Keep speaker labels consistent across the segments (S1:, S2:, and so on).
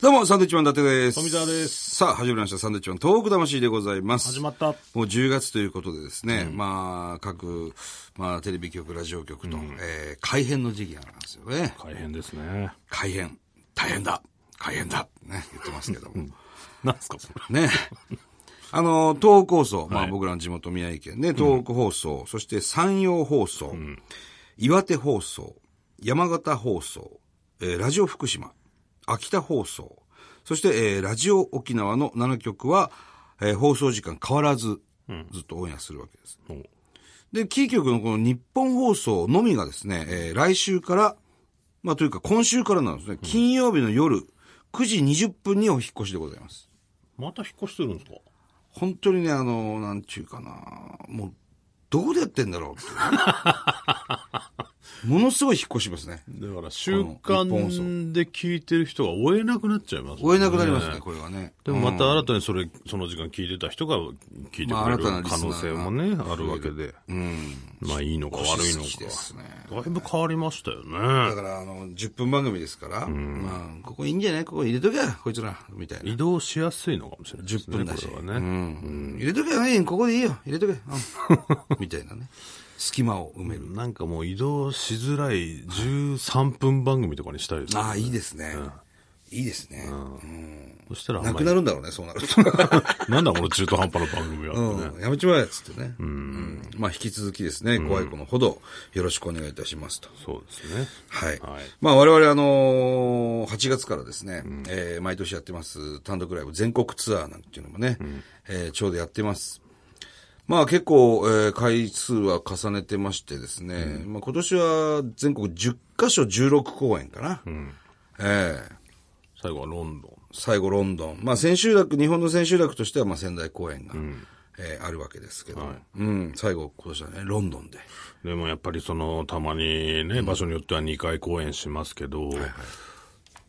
S1: どうも、サンドウィッチマン伊達です。
S2: 富澤です。
S1: さあ、始まりました。サンドウィッチマン、トーク魂でございます。
S2: 始まった。
S1: もう10月ということでですね、まあ、各、まあ、テレビ局、ラジオ局と、えー、改編の時期なんですよね。
S2: 大変ですね。
S1: 改編、大変だ、改編だ、ね、言ってますけど も。
S2: なんすか、それ。
S1: ね。あの、東北放送、まあ僕らの地元宮城県ね、東北放送、そして山陽放送、岩手放送、山形放送、えーラジオ福島、秋田放送、そして、えーラジオ沖縄の7局は、えー放送時間変わらず、ずっとオンエアするわけです。
S2: も
S1: で、キー局のこの日本放送のみがですね、えー来週から、まあというか今週からなんですね、金曜日の夜9時20分にお引っ越しでございます。
S2: うまた引っ越してるんですか
S1: 本当にね、あの、なんちゅうかな、もう、どこでやってんだろう って。ものすごい引っ越しますね。
S2: だから、習慣で聞いてる人が追えなくなっちゃいます、
S1: 追えなくなりますね、。これはね。
S2: でもまた新たにそれ、その時間聞いてた人が聞いて
S1: まあ
S2: く
S1: 新
S2: れ
S1: たな
S2: る
S1: リス
S2: 可
S1: ナー
S2: 能
S1: が
S2: 性もね、あるわけで。
S1: うん。
S2: まあいいのか悪いの
S1: 好きです
S2: か。
S1: ね。
S2: だいぶ変わりましたよ
S1: だ
S2: ね。
S1: から、あの、10分番組ですから、まあ、ここいいんじゃないここ入れとけや、こいつら、みたいな。
S2: 移動しやすいのかもしれないですね。
S1: 10分だし
S2: これはね。
S1: うん。入れとけや、ね、ここでいいよ、入れとけ。うん みたいなね。隙間を埋める。
S2: なんかもう移動しづらい13分番組とかにしたいですね。
S1: ああ、いいですね。いいですね。うん
S2: そしたらあん
S1: な
S2: ま
S1: く
S2: り
S1: なるんだろうね、そうなると。
S2: なんだこの中途半端な番組はってね。
S1: うん、やめちまえっつってね。うん。まあ、引き続きですね、怖い子のほどよろしくお願いいたしますと。
S2: そうですね。
S1: はい。
S2: はい
S1: まあ、我々、あのー8月からですね、えー毎年やってます単独ライブ全国ツアーなんていうのもね、えーちょうどやってます。まあ、結構、えー回数は重ねてましてですね、まあ、今年は全国10カ所16公演かな。ええ
S2: 最後はロンドン。
S1: 最後ロンドン。まあ千秋楽、日本の千秋楽としてはまあ仙台公演が、えーあるわけですけど、うん、最後今年はね、ロンドンで。
S2: でもやっぱりその、たまにね、場所によっては2回公演しますけど、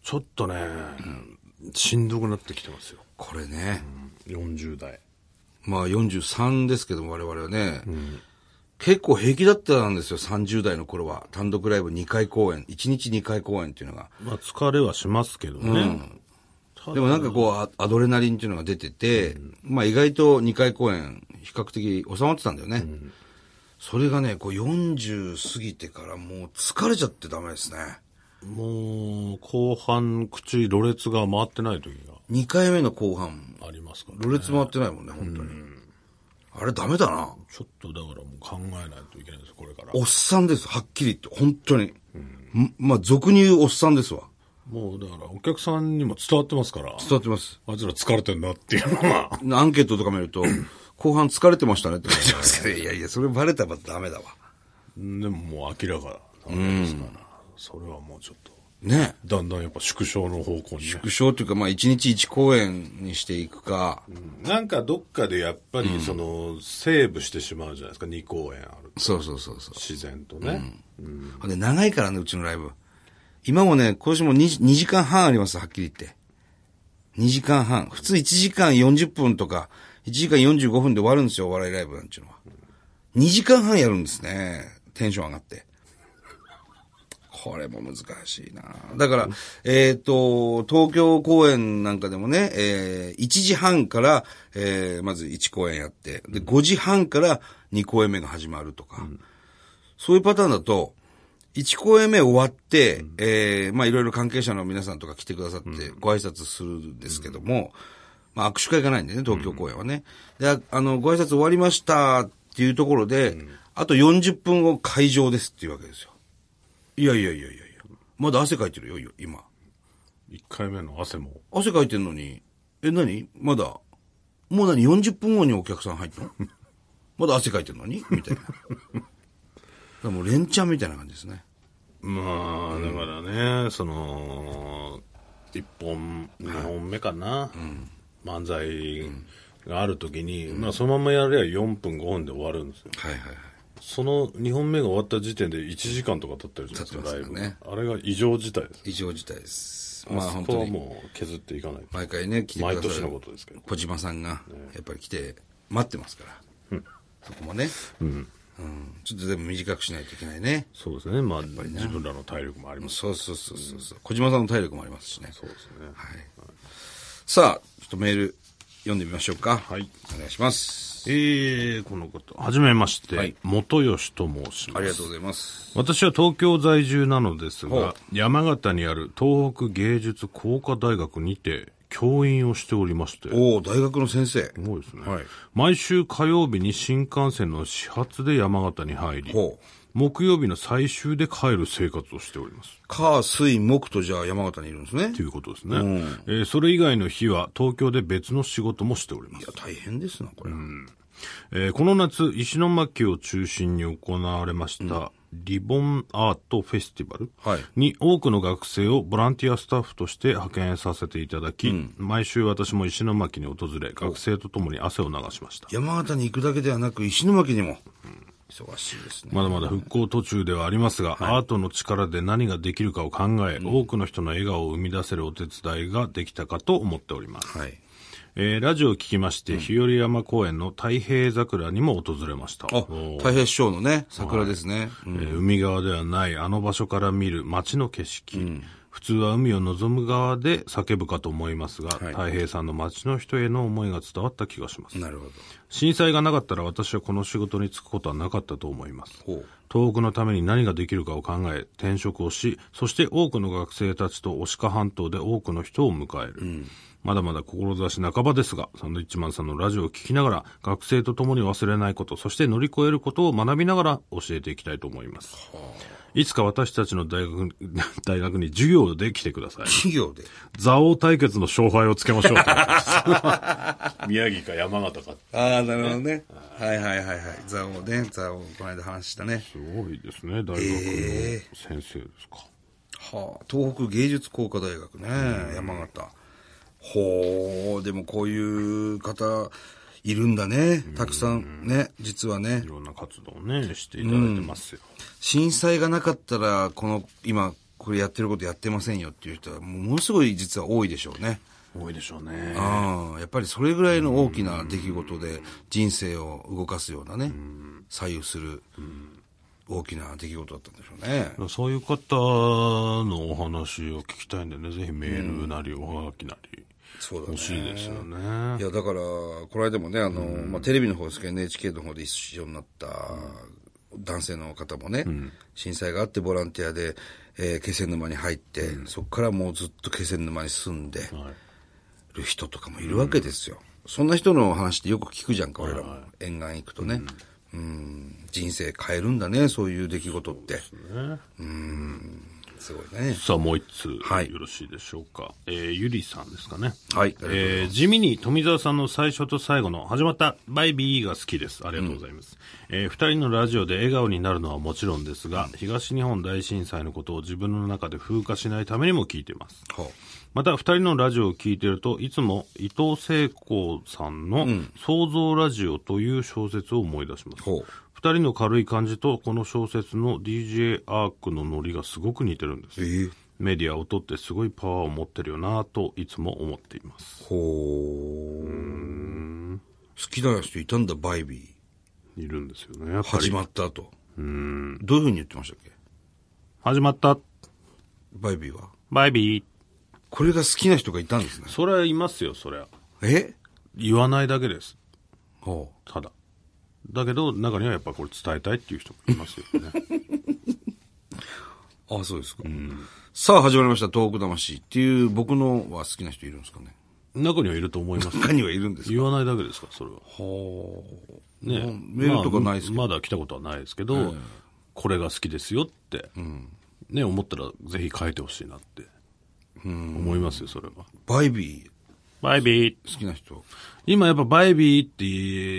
S2: ちょっとね、しんどくなってきてますよ。
S1: これね、
S2: 40代。
S1: まあ43ですけども我々はね、結構平気だったんですよ、30代の頃は。単独ライブ2回公演、1日2回公演っていうのが。
S2: まあ疲れはしますけどね。
S1: でもなんかこうア、アドレナリンっていうのが出てて、まあ意外と2回公演、比較的収まってたんだよね。それがね、こう40過ぎてからもう疲れちゃってダメですね。
S2: もう、後半、口、ろれつが回ってない時
S1: 2回目の後半、
S2: がありますから、
S1: ろれつ回ってないもんね、本当に。あれダメだな。
S2: ちょっとだからもう考えないといけないです、これから。
S1: おっさんです、はっきり言って、本当に。んまあ、俗に言うおっさんですわ。
S2: もうだから、お客さんにも伝わってますから、
S1: 伝わってます。
S2: あいつら疲れてんなっていうのは。
S1: アンケートとか見る と、後半疲れてましたねって書いてますけど、 いやいや、それバレたらダメだわ。
S2: でももう明らかなわけですから、それはもうちょっと、
S1: ね。
S2: だんだんやっぱ縮小の方向に、ね。
S1: 副賞というか、まあ、1日1公演にしていくか、
S2: なんかどっかでやっぱり、その、セーブしてしまうじゃないですか、2公演あると。
S1: そうそうそうそう。
S2: 自然とね。
S1: ほんで、長いからね、うちのライブ。今もね、今年も 2, 2時間半あります、はっきり言って。2時間半。普通1時間40分とか、1時間45分で終わるんですよ、お笑いライブなんていうのは。2時間半やるんですね。テンション上がって。これも難しいなだから、えっ、と、東京公演なんかでもね、えー1時半から、えーまず1公演やって、で、5時半から2公演目が始まるとか、そういうパターンだと、1公演目終わって、えーまあいろいろ関係者の皆さんとか来てくださって、ご挨拶するんですけども、まあ握手会がないんでね、東京公演はね。で、ああの、ご挨拶終わりましたっていうところで、あと40分後会場ですっていうわけですよ。いやいやいやいやいや。まだ汗かいてるよ、今。
S2: 1回目の汗も。
S1: 汗かいてんのに、え、何まだ、もう何 ?40 分後にお客さん入 ったのまだ汗かいてんのにみ たいな。だからもう連チャンみたいな感じですね。
S2: まあ、だからね、その、1本、2本目かな。漫才があるときに、まあそのままやれば4分、5分で終わるんですよ。
S1: はいはいはい。
S2: その2本目が終わった時点で1時間とか経ってるじゃないです
S1: 経
S2: か、
S1: って
S2: ライ
S1: ます
S2: ブ
S1: よ
S2: が
S1: ね。
S2: あれが異常事態です。
S1: 異常事態です。
S2: ま
S1: まあ
S2: あ、
S1: 本
S2: 本
S1: 当
S2: 当は
S1: に。
S2: もう削っていかないと。
S1: 毎回ね、来てく
S2: 毎
S1: だ
S2: 年
S1: さ
S2: の
S1: る
S2: ことですけど。
S1: 小島さんが、やっぱり来て、待ってますから。そこもね。うん。ちょっとでも短くしないといけないね。
S2: そうですね。まあ、自分らの体力もあります。
S1: そうそうそうそうそう。小島さんの体力もありますしね。
S2: そうですね。
S1: はい。さあ、ちょっとメール読んでみましょうか。
S2: はい。
S1: お願いします。
S2: えー、このこと。はじめまして、
S1: はい
S2: 元吉と申します。
S1: ありがとうございます。
S2: 私は東京在住なのです
S1: ほう
S2: が、山形にある東北芸術工科大学にて教員をしておりまして、す
S1: おお大学の先生。
S2: ごいですね、
S1: はい
S2: 毎週火曜日に新幹線の始発で山形に入り、
S1: ほう。
S2: 木曜日の最終で帰る生活をしております。
S1: 火、水、木とじゃあ山形にいるんですね。
S2: ということですね、えーそれ以外の日は東京で別の仕事もしております
S1: いや、。大変ですな、これ。
S2: えーこの夏、石巻を中心に行われました、リボンアートフェスティバル
S1: はい
S2: に多くの学生をボランティアスタッフとして派遣させていただき、毎週私も石巻に訪れ、学生と共に汗を流しました。
S1: 山形に行くだけではなく、石巻にも。忙しいですね。
S2: まだまだ復興途中ではありますが、アートの力で何ができるかを考え、多くの人の笑顔を生み出せるお手伝いができたかと思っております。
S1: はい。
S2: えーラジオを聞きまして、日和山公園の太平桜にも訪れました。
S1: あ、太平師匠のね、桜ですね。うん
S2: えー海側ではないあの場所から見る街の景色、普通は海を望む側で叫ぶかと思いますが、
S1: い
S2: 太平さんの街の人への思いが伝わった気がします
S1: なるほど。
S2: 震災がなかったら私はこの仕事に就くことはなかったと思います
S1: ほう。
S2: 東北のために何ができるかを考え転職をしそして多くの学生たちと牡鹿半島で多くの人を迎える、まだまだ志半ばですがサンドイッチマンさんのラジオを聞きながら学生と共に忘れないことそして乗り越えることを学びながら教えていきたいと思いますいつか私たちの大学に 大学に授業で来てください
S1: 企業で。
S2: 蔵王対決の勝敗をつけましょうと宮城か山形か
S1: ああ、なるほどね。はいはいはいはい。ザオね、ザオ、この間話したね。
S2: すごいですね、大学の
S1: え
S2: 先生ですか。
S1: はあ、東北芸術工科大学ね、山形。ほう、でもこういう方、いるんだね。たくさんね、実はね
S2: い。ろんな活動をね、していただいてますよ。
S1: 震災がなかったら、この、今、これやってることやってませんよっていう人は、もうものすごい実は多いでしょうね。
S2: 多いでしょうね。
S1: ああ、やっぱりそれぐらいの大きな出来事で人生を動かすようなね、左右する大きな出来事だったんでしょうね。
S2: そういう方のお話を聞きたいんでね、ぜひメールなりおはがきなり
S1: そうだね。
S2: 欲しいですよね。
S1: いや、だから、この間もね、あの、まあ、テレビの方ですけど、NHK の方で一緒になった男性の方もね、震災があってボランティアで、えー気仙沼に入って、そこからもうずっと気仙沼に住んで
S2: はい
S1: る人とかもいるわけですよ。そんな人の話ってよく聞くじゃんか、俺らも。沿岸行くとね。うん、人生変えるんだね、そういう出来事って。
S2: ね
S1: すごいね。
S2: さあ、もう一通、
S1: はい
S2: よろしいでしょうか。えー、ゆりさんですかね。
S1: はい。
S2: えー地味に富澤さんの最初と最後の始まったバイビーが好きです。ありがとうございます。えー二人のラジオで笑顔になるのはもちろんですが、東日本大震災のことを自分の中で風化しないためにも聞いています。
S1: ほ
S2: また二人のラジオを聞いていると、いつも伊藤聖子さんの創造ラジオという小説を思い出します。
S1: ほう
S2: 二人の軽い感じと、この小説の DJ アークのノリがすごく似てるんです
S1: う。。え
S2: メディアを取ってすごいパワーを持ってるよなといつも思っています。
S1: ほう好きな人いたんだ、バイビー。
S2: いるんですよね。やっぱり
S1: 始まった後。どういうふうに言ってましたっけ
S2: 始まった。
S1: バイビーは。
S2: バイビー。
S1: これが好きな人がいたんですね。
S2: それはいますよ、そりゃ。
S1: え
S2: 言わないだけです。
S1: ほ
S2: ただ。だけど、中にはやっぱこれ伝えたいっていう人もいますよ ね。
S1: う。あそうですか。さあ始まりました、東北魂っていう僕のは好きな人いるんですかね。
S2: 中にはいると思います。
S1: 他にはいるんですか
S2: 言わないだけですから、それは。
S1: ほう。
S2: ね
S1: うんメールとかないですけど。
S2: まあまだ来たことはないですけど、これが好きですよって、ね、思ったらぜひ書いてほしいなって、思いますよ、それは。
S1: バイビ
S2: バイビー。
S1: ー好きな人。
S2: 今やっぱバイビーって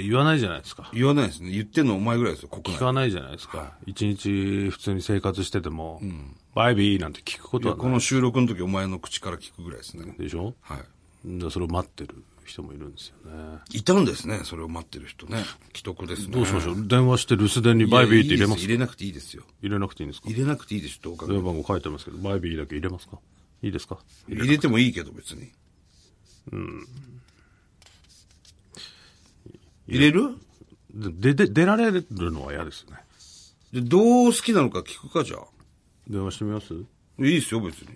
S2: 言わないじゃないですか。
S1: 言わないですね。言ってんのお前ぐらいですよ、国
S2: 聞
S1: 内。
S2: かないじゃないですか。一日普通に生活してても、バイビーなんて聞くことは
S1: こ
S2: ない
S1: の収録の時お前の口から聞くぐらいですね。
S2: でしょ
S1: は
S2: でそれを待ってる人もいるんですよね。
S1: い。いたんですね、それを待ってる人ね。既得ですね。
S2: どうしましょう電話して留守電にバイビーって入れます
S1: いやいいです入れなくていいですよ。
S2: 入れなくていいんですか
S1: 入れなくていいです、どう考えても
S2: 電話番号書いてますけど、バイビーだけ入れますかいいですか
S1: 入れてもいいけど別に。入れる
S2: で、で、出られるのは嫌ですよね。
S1: で、どう好きなのか聞くかじゃあ。
S2: 電話してみます
S1: いいですよ別に。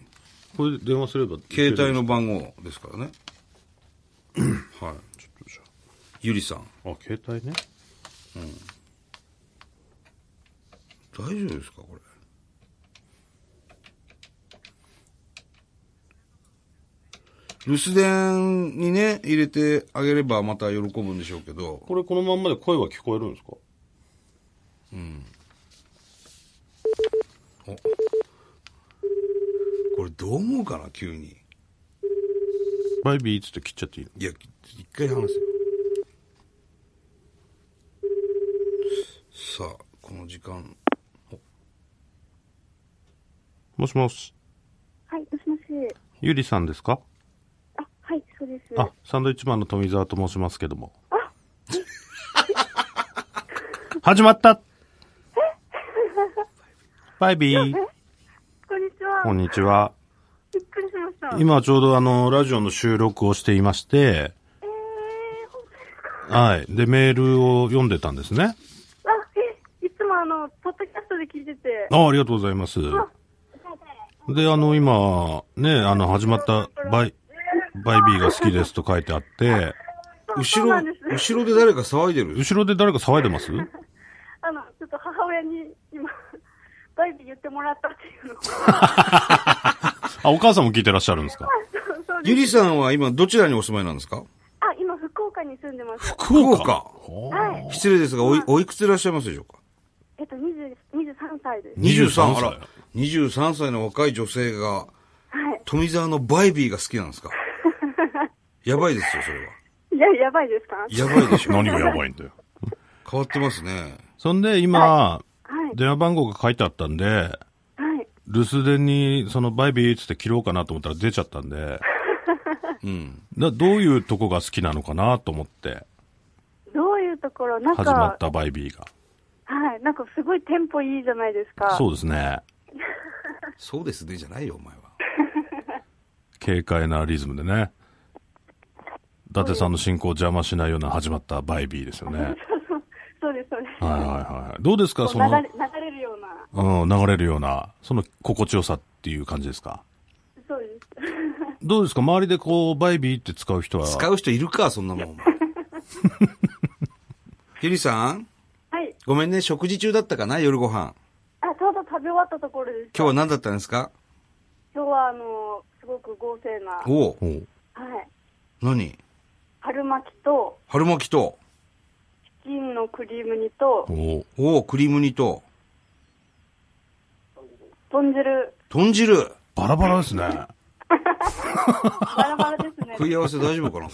S2: これで電話すれば。
S1: 携帯の番号ですからね。はい。
S2: ちょっとじ
S1: ゆりさん。
S2: ゃあ。あ、携帯ね。
S1: 大丈夫ですかこれ。留守電にね、入れてあげればまた喜ぶんでしょうけど、
S2: これこのまんまで声は聞こえるんですか
S1: これどう思うかな、急に。
S2: バイビーっつって切っちゃっていいの
S1: いや、一回話せよ。さあ、この時間。
S2: もしもし。
S3: はい、もしもし。
S2: ゆりさんですか
S3: あ、はい、そうです。
S2: あ、サンドイッチマンの富澤と申しますけども。始まったバイビー、
S3: こんにち
S2: こ
S3: は。
S2: んにちは。
S3: びっくりしました。
S2: 今ちょうどあの、ラジオの収録をしていまして、
S3: えー、本当ですか。
S2: はい。で、メールを読んでたんですね。
S3: あ、え、いつもあの、ポッドキャストで聞いてて。
S2: あありがとうございます。で、あの、今、ね、あの、始まったバイ、バイビーが好きですと書いてあって、
S3: そう
S1: 後
S3: そう
S1: ろ、
S3: なんです。
S1: 後ろで誰か騒いでる
S2: 後ろで誰か騒いでます
S3: あの、ちょっと母親に今、 バイビー言ってもらったっていうの を。
S2: あ、お母さんも聞いてらっしゃるんですか
S3: そうそうで
S1: ゆ
S3: す。
S1: りさんは今どちらにお住まいなんですか
S3: あ、今、福岡に住んでます。
S1: 福岡。
S3: はい。
S1: 失礼ですが、おい、おいくつでいらっしゃいますでしょうか
S3: えっと、20 23歳です。
S2: 23歳
S1: あら、23歳の若い女性が、
S3: はい。
S1: 富澤のバイビーが好きなんです かやばいですよ、それ
S3: いや、やばいですか
S1: は。やばいでしょ。
S2: 何がやばいんだよ。
S1: 変わってますね。
S2: そんで、今、
S3: はい。
S2: 電話番号が書いてあったんで、
S3: はい。
S2: 留守電に、その、バイビーっつって切ろうかなと思ったら出ちゃったんで、
S1: うん。
S2: などういうとこが好きなのかなと思って、
S3: どういうところ、なん
S2: 始まっ
S3: か、
S2: たバイビーが。
S3: はい。なんかすごいテンポいいじゃないですか。
S2: そうですね。
S1: そうですね、じゃないよ、お前は。
S2: 軽快なリズムでね。伊達さんの進行を邪魔しないような始まったバイビーですよね。はい
S3: そうです、そうです。
S2: はいはい。どうですかそ
S3: こう流
S2: の
S3: れ、流れるような。
S2: うん、流れるような、その心地よさっていう感じですか
S3: そうです。
S2: どうですか周りでこう、バイビーって使う人は。
S1: 使う人いるか、そんなもん、お 前ゆりさん
S3: はい。
S1: ごめんね、食事中だったかな、夜ご飯。
S3: あ、ちょうど食べ終わったところです。
S1: 今日は何だったんですか
S3: 今日は、あの、すごく豪勢な、は
S1: おう
S2: おう
S3: い。
S1: 何
S3: 春巻きと、
S1: 春巻きと、
S3: チキンのクリーム煮と、
S2: おう
S1: おうクリーム煮と、
S3: 豚 汁、
S1: 豚汁。
S2: バラバラですね。なんか、
S3: バラバラです ね。
S1: 食い合わせ大丈夫かな、こ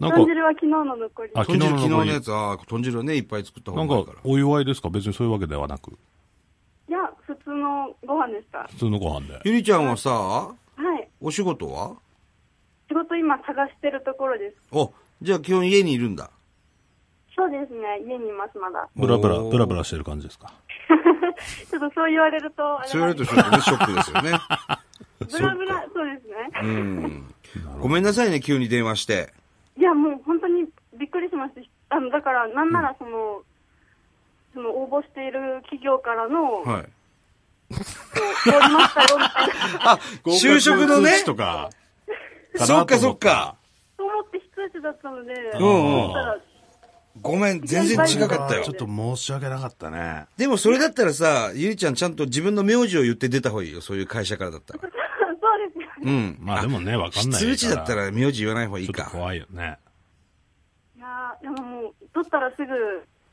S1: れ。
S3: 豚汁は昨日の残り。
S2: あ
S1: 豚汁、
S2: 昨
S1: 昨
S2: 日
S1: 日
S2: の
S1: の
S2: や
S1: やつ、ああ、豚汁はね、いっぱい作った
S2: な
S1: 方
S2: ん
S1: がいいか、。
S2: からお祝いですか別にそういうわけではなく。
S3: いや、普通のご飯でした。は
S2: 普通のご飯で。
S1: ゆりちゃんはさ、
S3: い。
S1: お仕事は
S3: 仕事今探してるところです。
S1: お、じゃあ基本家にいるんだ。
S3: そうですね。家にいます、まだ。
S2: ブラブラ、
S1: おー
S2: ブラブラしてる感じですか。
S3: ちょっとそう言われると、あれ
S1: そう言わ
S3: なん
S1: れる
S3: で
S1: と
S3: す
S1: ちょっとね、ショックですよね。
S3: ブラブラ、そうですね。
S1: うん。ごめんなさいね、急に電話して。
S3: いや、もう本当にびっくりしました。あのだから、なんならその、その応募している企業からの、
S1: はい。
S3: 通りましたよみたいな、
S1: あ、就職のね。
S2: とか。
S1: そっかそっか。。
S3: と思って非通知だったので、
S1: んうん
S3: そしたら、
S1: ごめん、全然違かったよ
S2: ちょ。っと申し訳なかったね。
S1: でもそれだったらさ、ゆりちゃんちゃんと自分の名字を言って出た方がいいよ、そういう会社からだったら。
S3: そうですよね。
S1: うん。
S2: まあでもね、わかんないから。
S1: 通知だったら名字言わない方がいい
S2: ちょっと
S1: か。
S2: 怖いよね。
S3: いやーでももう、取ったらすぐ、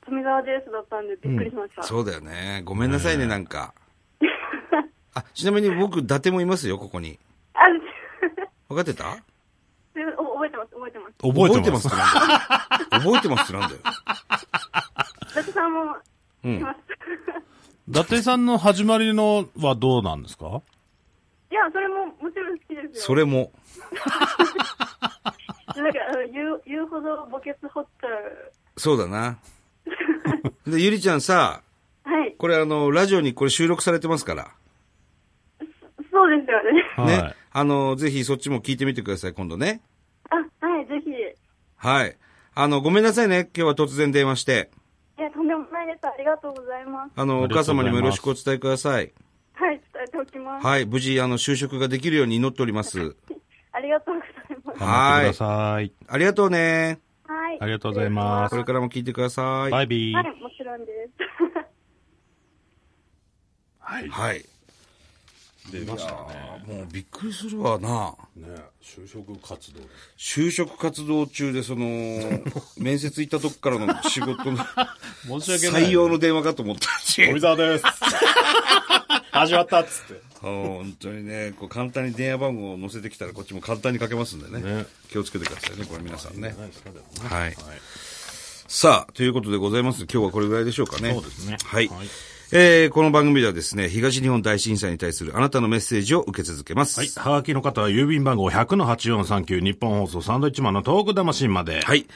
S3: 富澤ですだったんでびっくりしました。
S1: そうだよね。ごめんなさいね、なんか。あ、ちなみに僕、伊達もいますよ、ここに。
S3: あ、
S1: 分かってた
S3: すお覚えてます、覚えてま
S2: 覚えてます。
S1: 覚えてますってなんだよ。覚えてますってなんだよ。
S3: す。伊達さんも、
S1: うん
S3: います。
S2: 伊達さんの始まりのはどうなんですか
S3: いや、それももちろん好きですよ。
S1: それも。
S3: なんか、あの言う言うほど墓穴掘っちゃう。
S1: そうだ な。で、ゆりちゃんさ、
S3: はい、
S1: これあの、ラジオにこれ収録されてますから。
S3: そうですよね。
S2: はい。
S1: ね。あの、ぜひそっちも聞いてみてください、今度ね。
S3: あ、はい、ぜひ。い
S1: はい。あの、ごめんなさいね。今日は突然電話して。
S3: や、とんでもないです。ありがとうございます。
S1: あの、
S2: あ
S1: お
S2: りが
S1: 母
S2: とうご
S1: 様
S2: ざいます
S1: にもよろしくお伝えください。
S3: はい、伝えておきます。
S1: はい。無事、あの、就職ができるように祈っております。
S3: ありがとうございます。ざいます。
S2: 頑張ってください。
S1: ありがとうね。
S3: はい。
S2: ありがとうございます
S1: これからも聞いてください。
S2: バイビ
S3: は
S2: ー。
S3: い、もちろんです。
S2: はい。
S1: はい。
S2: 出ましたね。
S1: あもうびっくりするわな。
S2: ね就職活動。
S1: 就職活動中でそ の、面接行ったとこからの仕事の
S2: 申し訳ない。
S1: 採用の電話かと思ったし。
S2: 富澤です。始まったっつって。
S1: あの本当にね、こう簡単に電話番号を載せてきたらこっちも簡単にかけますんでね。
S2: ね
S1: 気をつけてくださいね、これ皆さんね。
S2: ないですか、でもね。
S1: はい。さあ、ということでございます。今日はこれぐらいでしょうかね。
S2: そうですね
S1: はい。
S2: はい
S1: えー、この番組ではですね、東日本大震災に対するあなたのメッセージを受け続けます。
S2: はい。はがきの方は郵便番号100-8439日本放送サンドイッチマンのトーク魂まで。
S1: はい。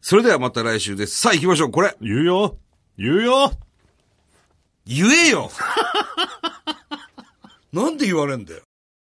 S1: それではまた来週です。さあ行きましょう。これ、
S2: 言うよ言うよ
S1: 言えよなんで言われんだよ。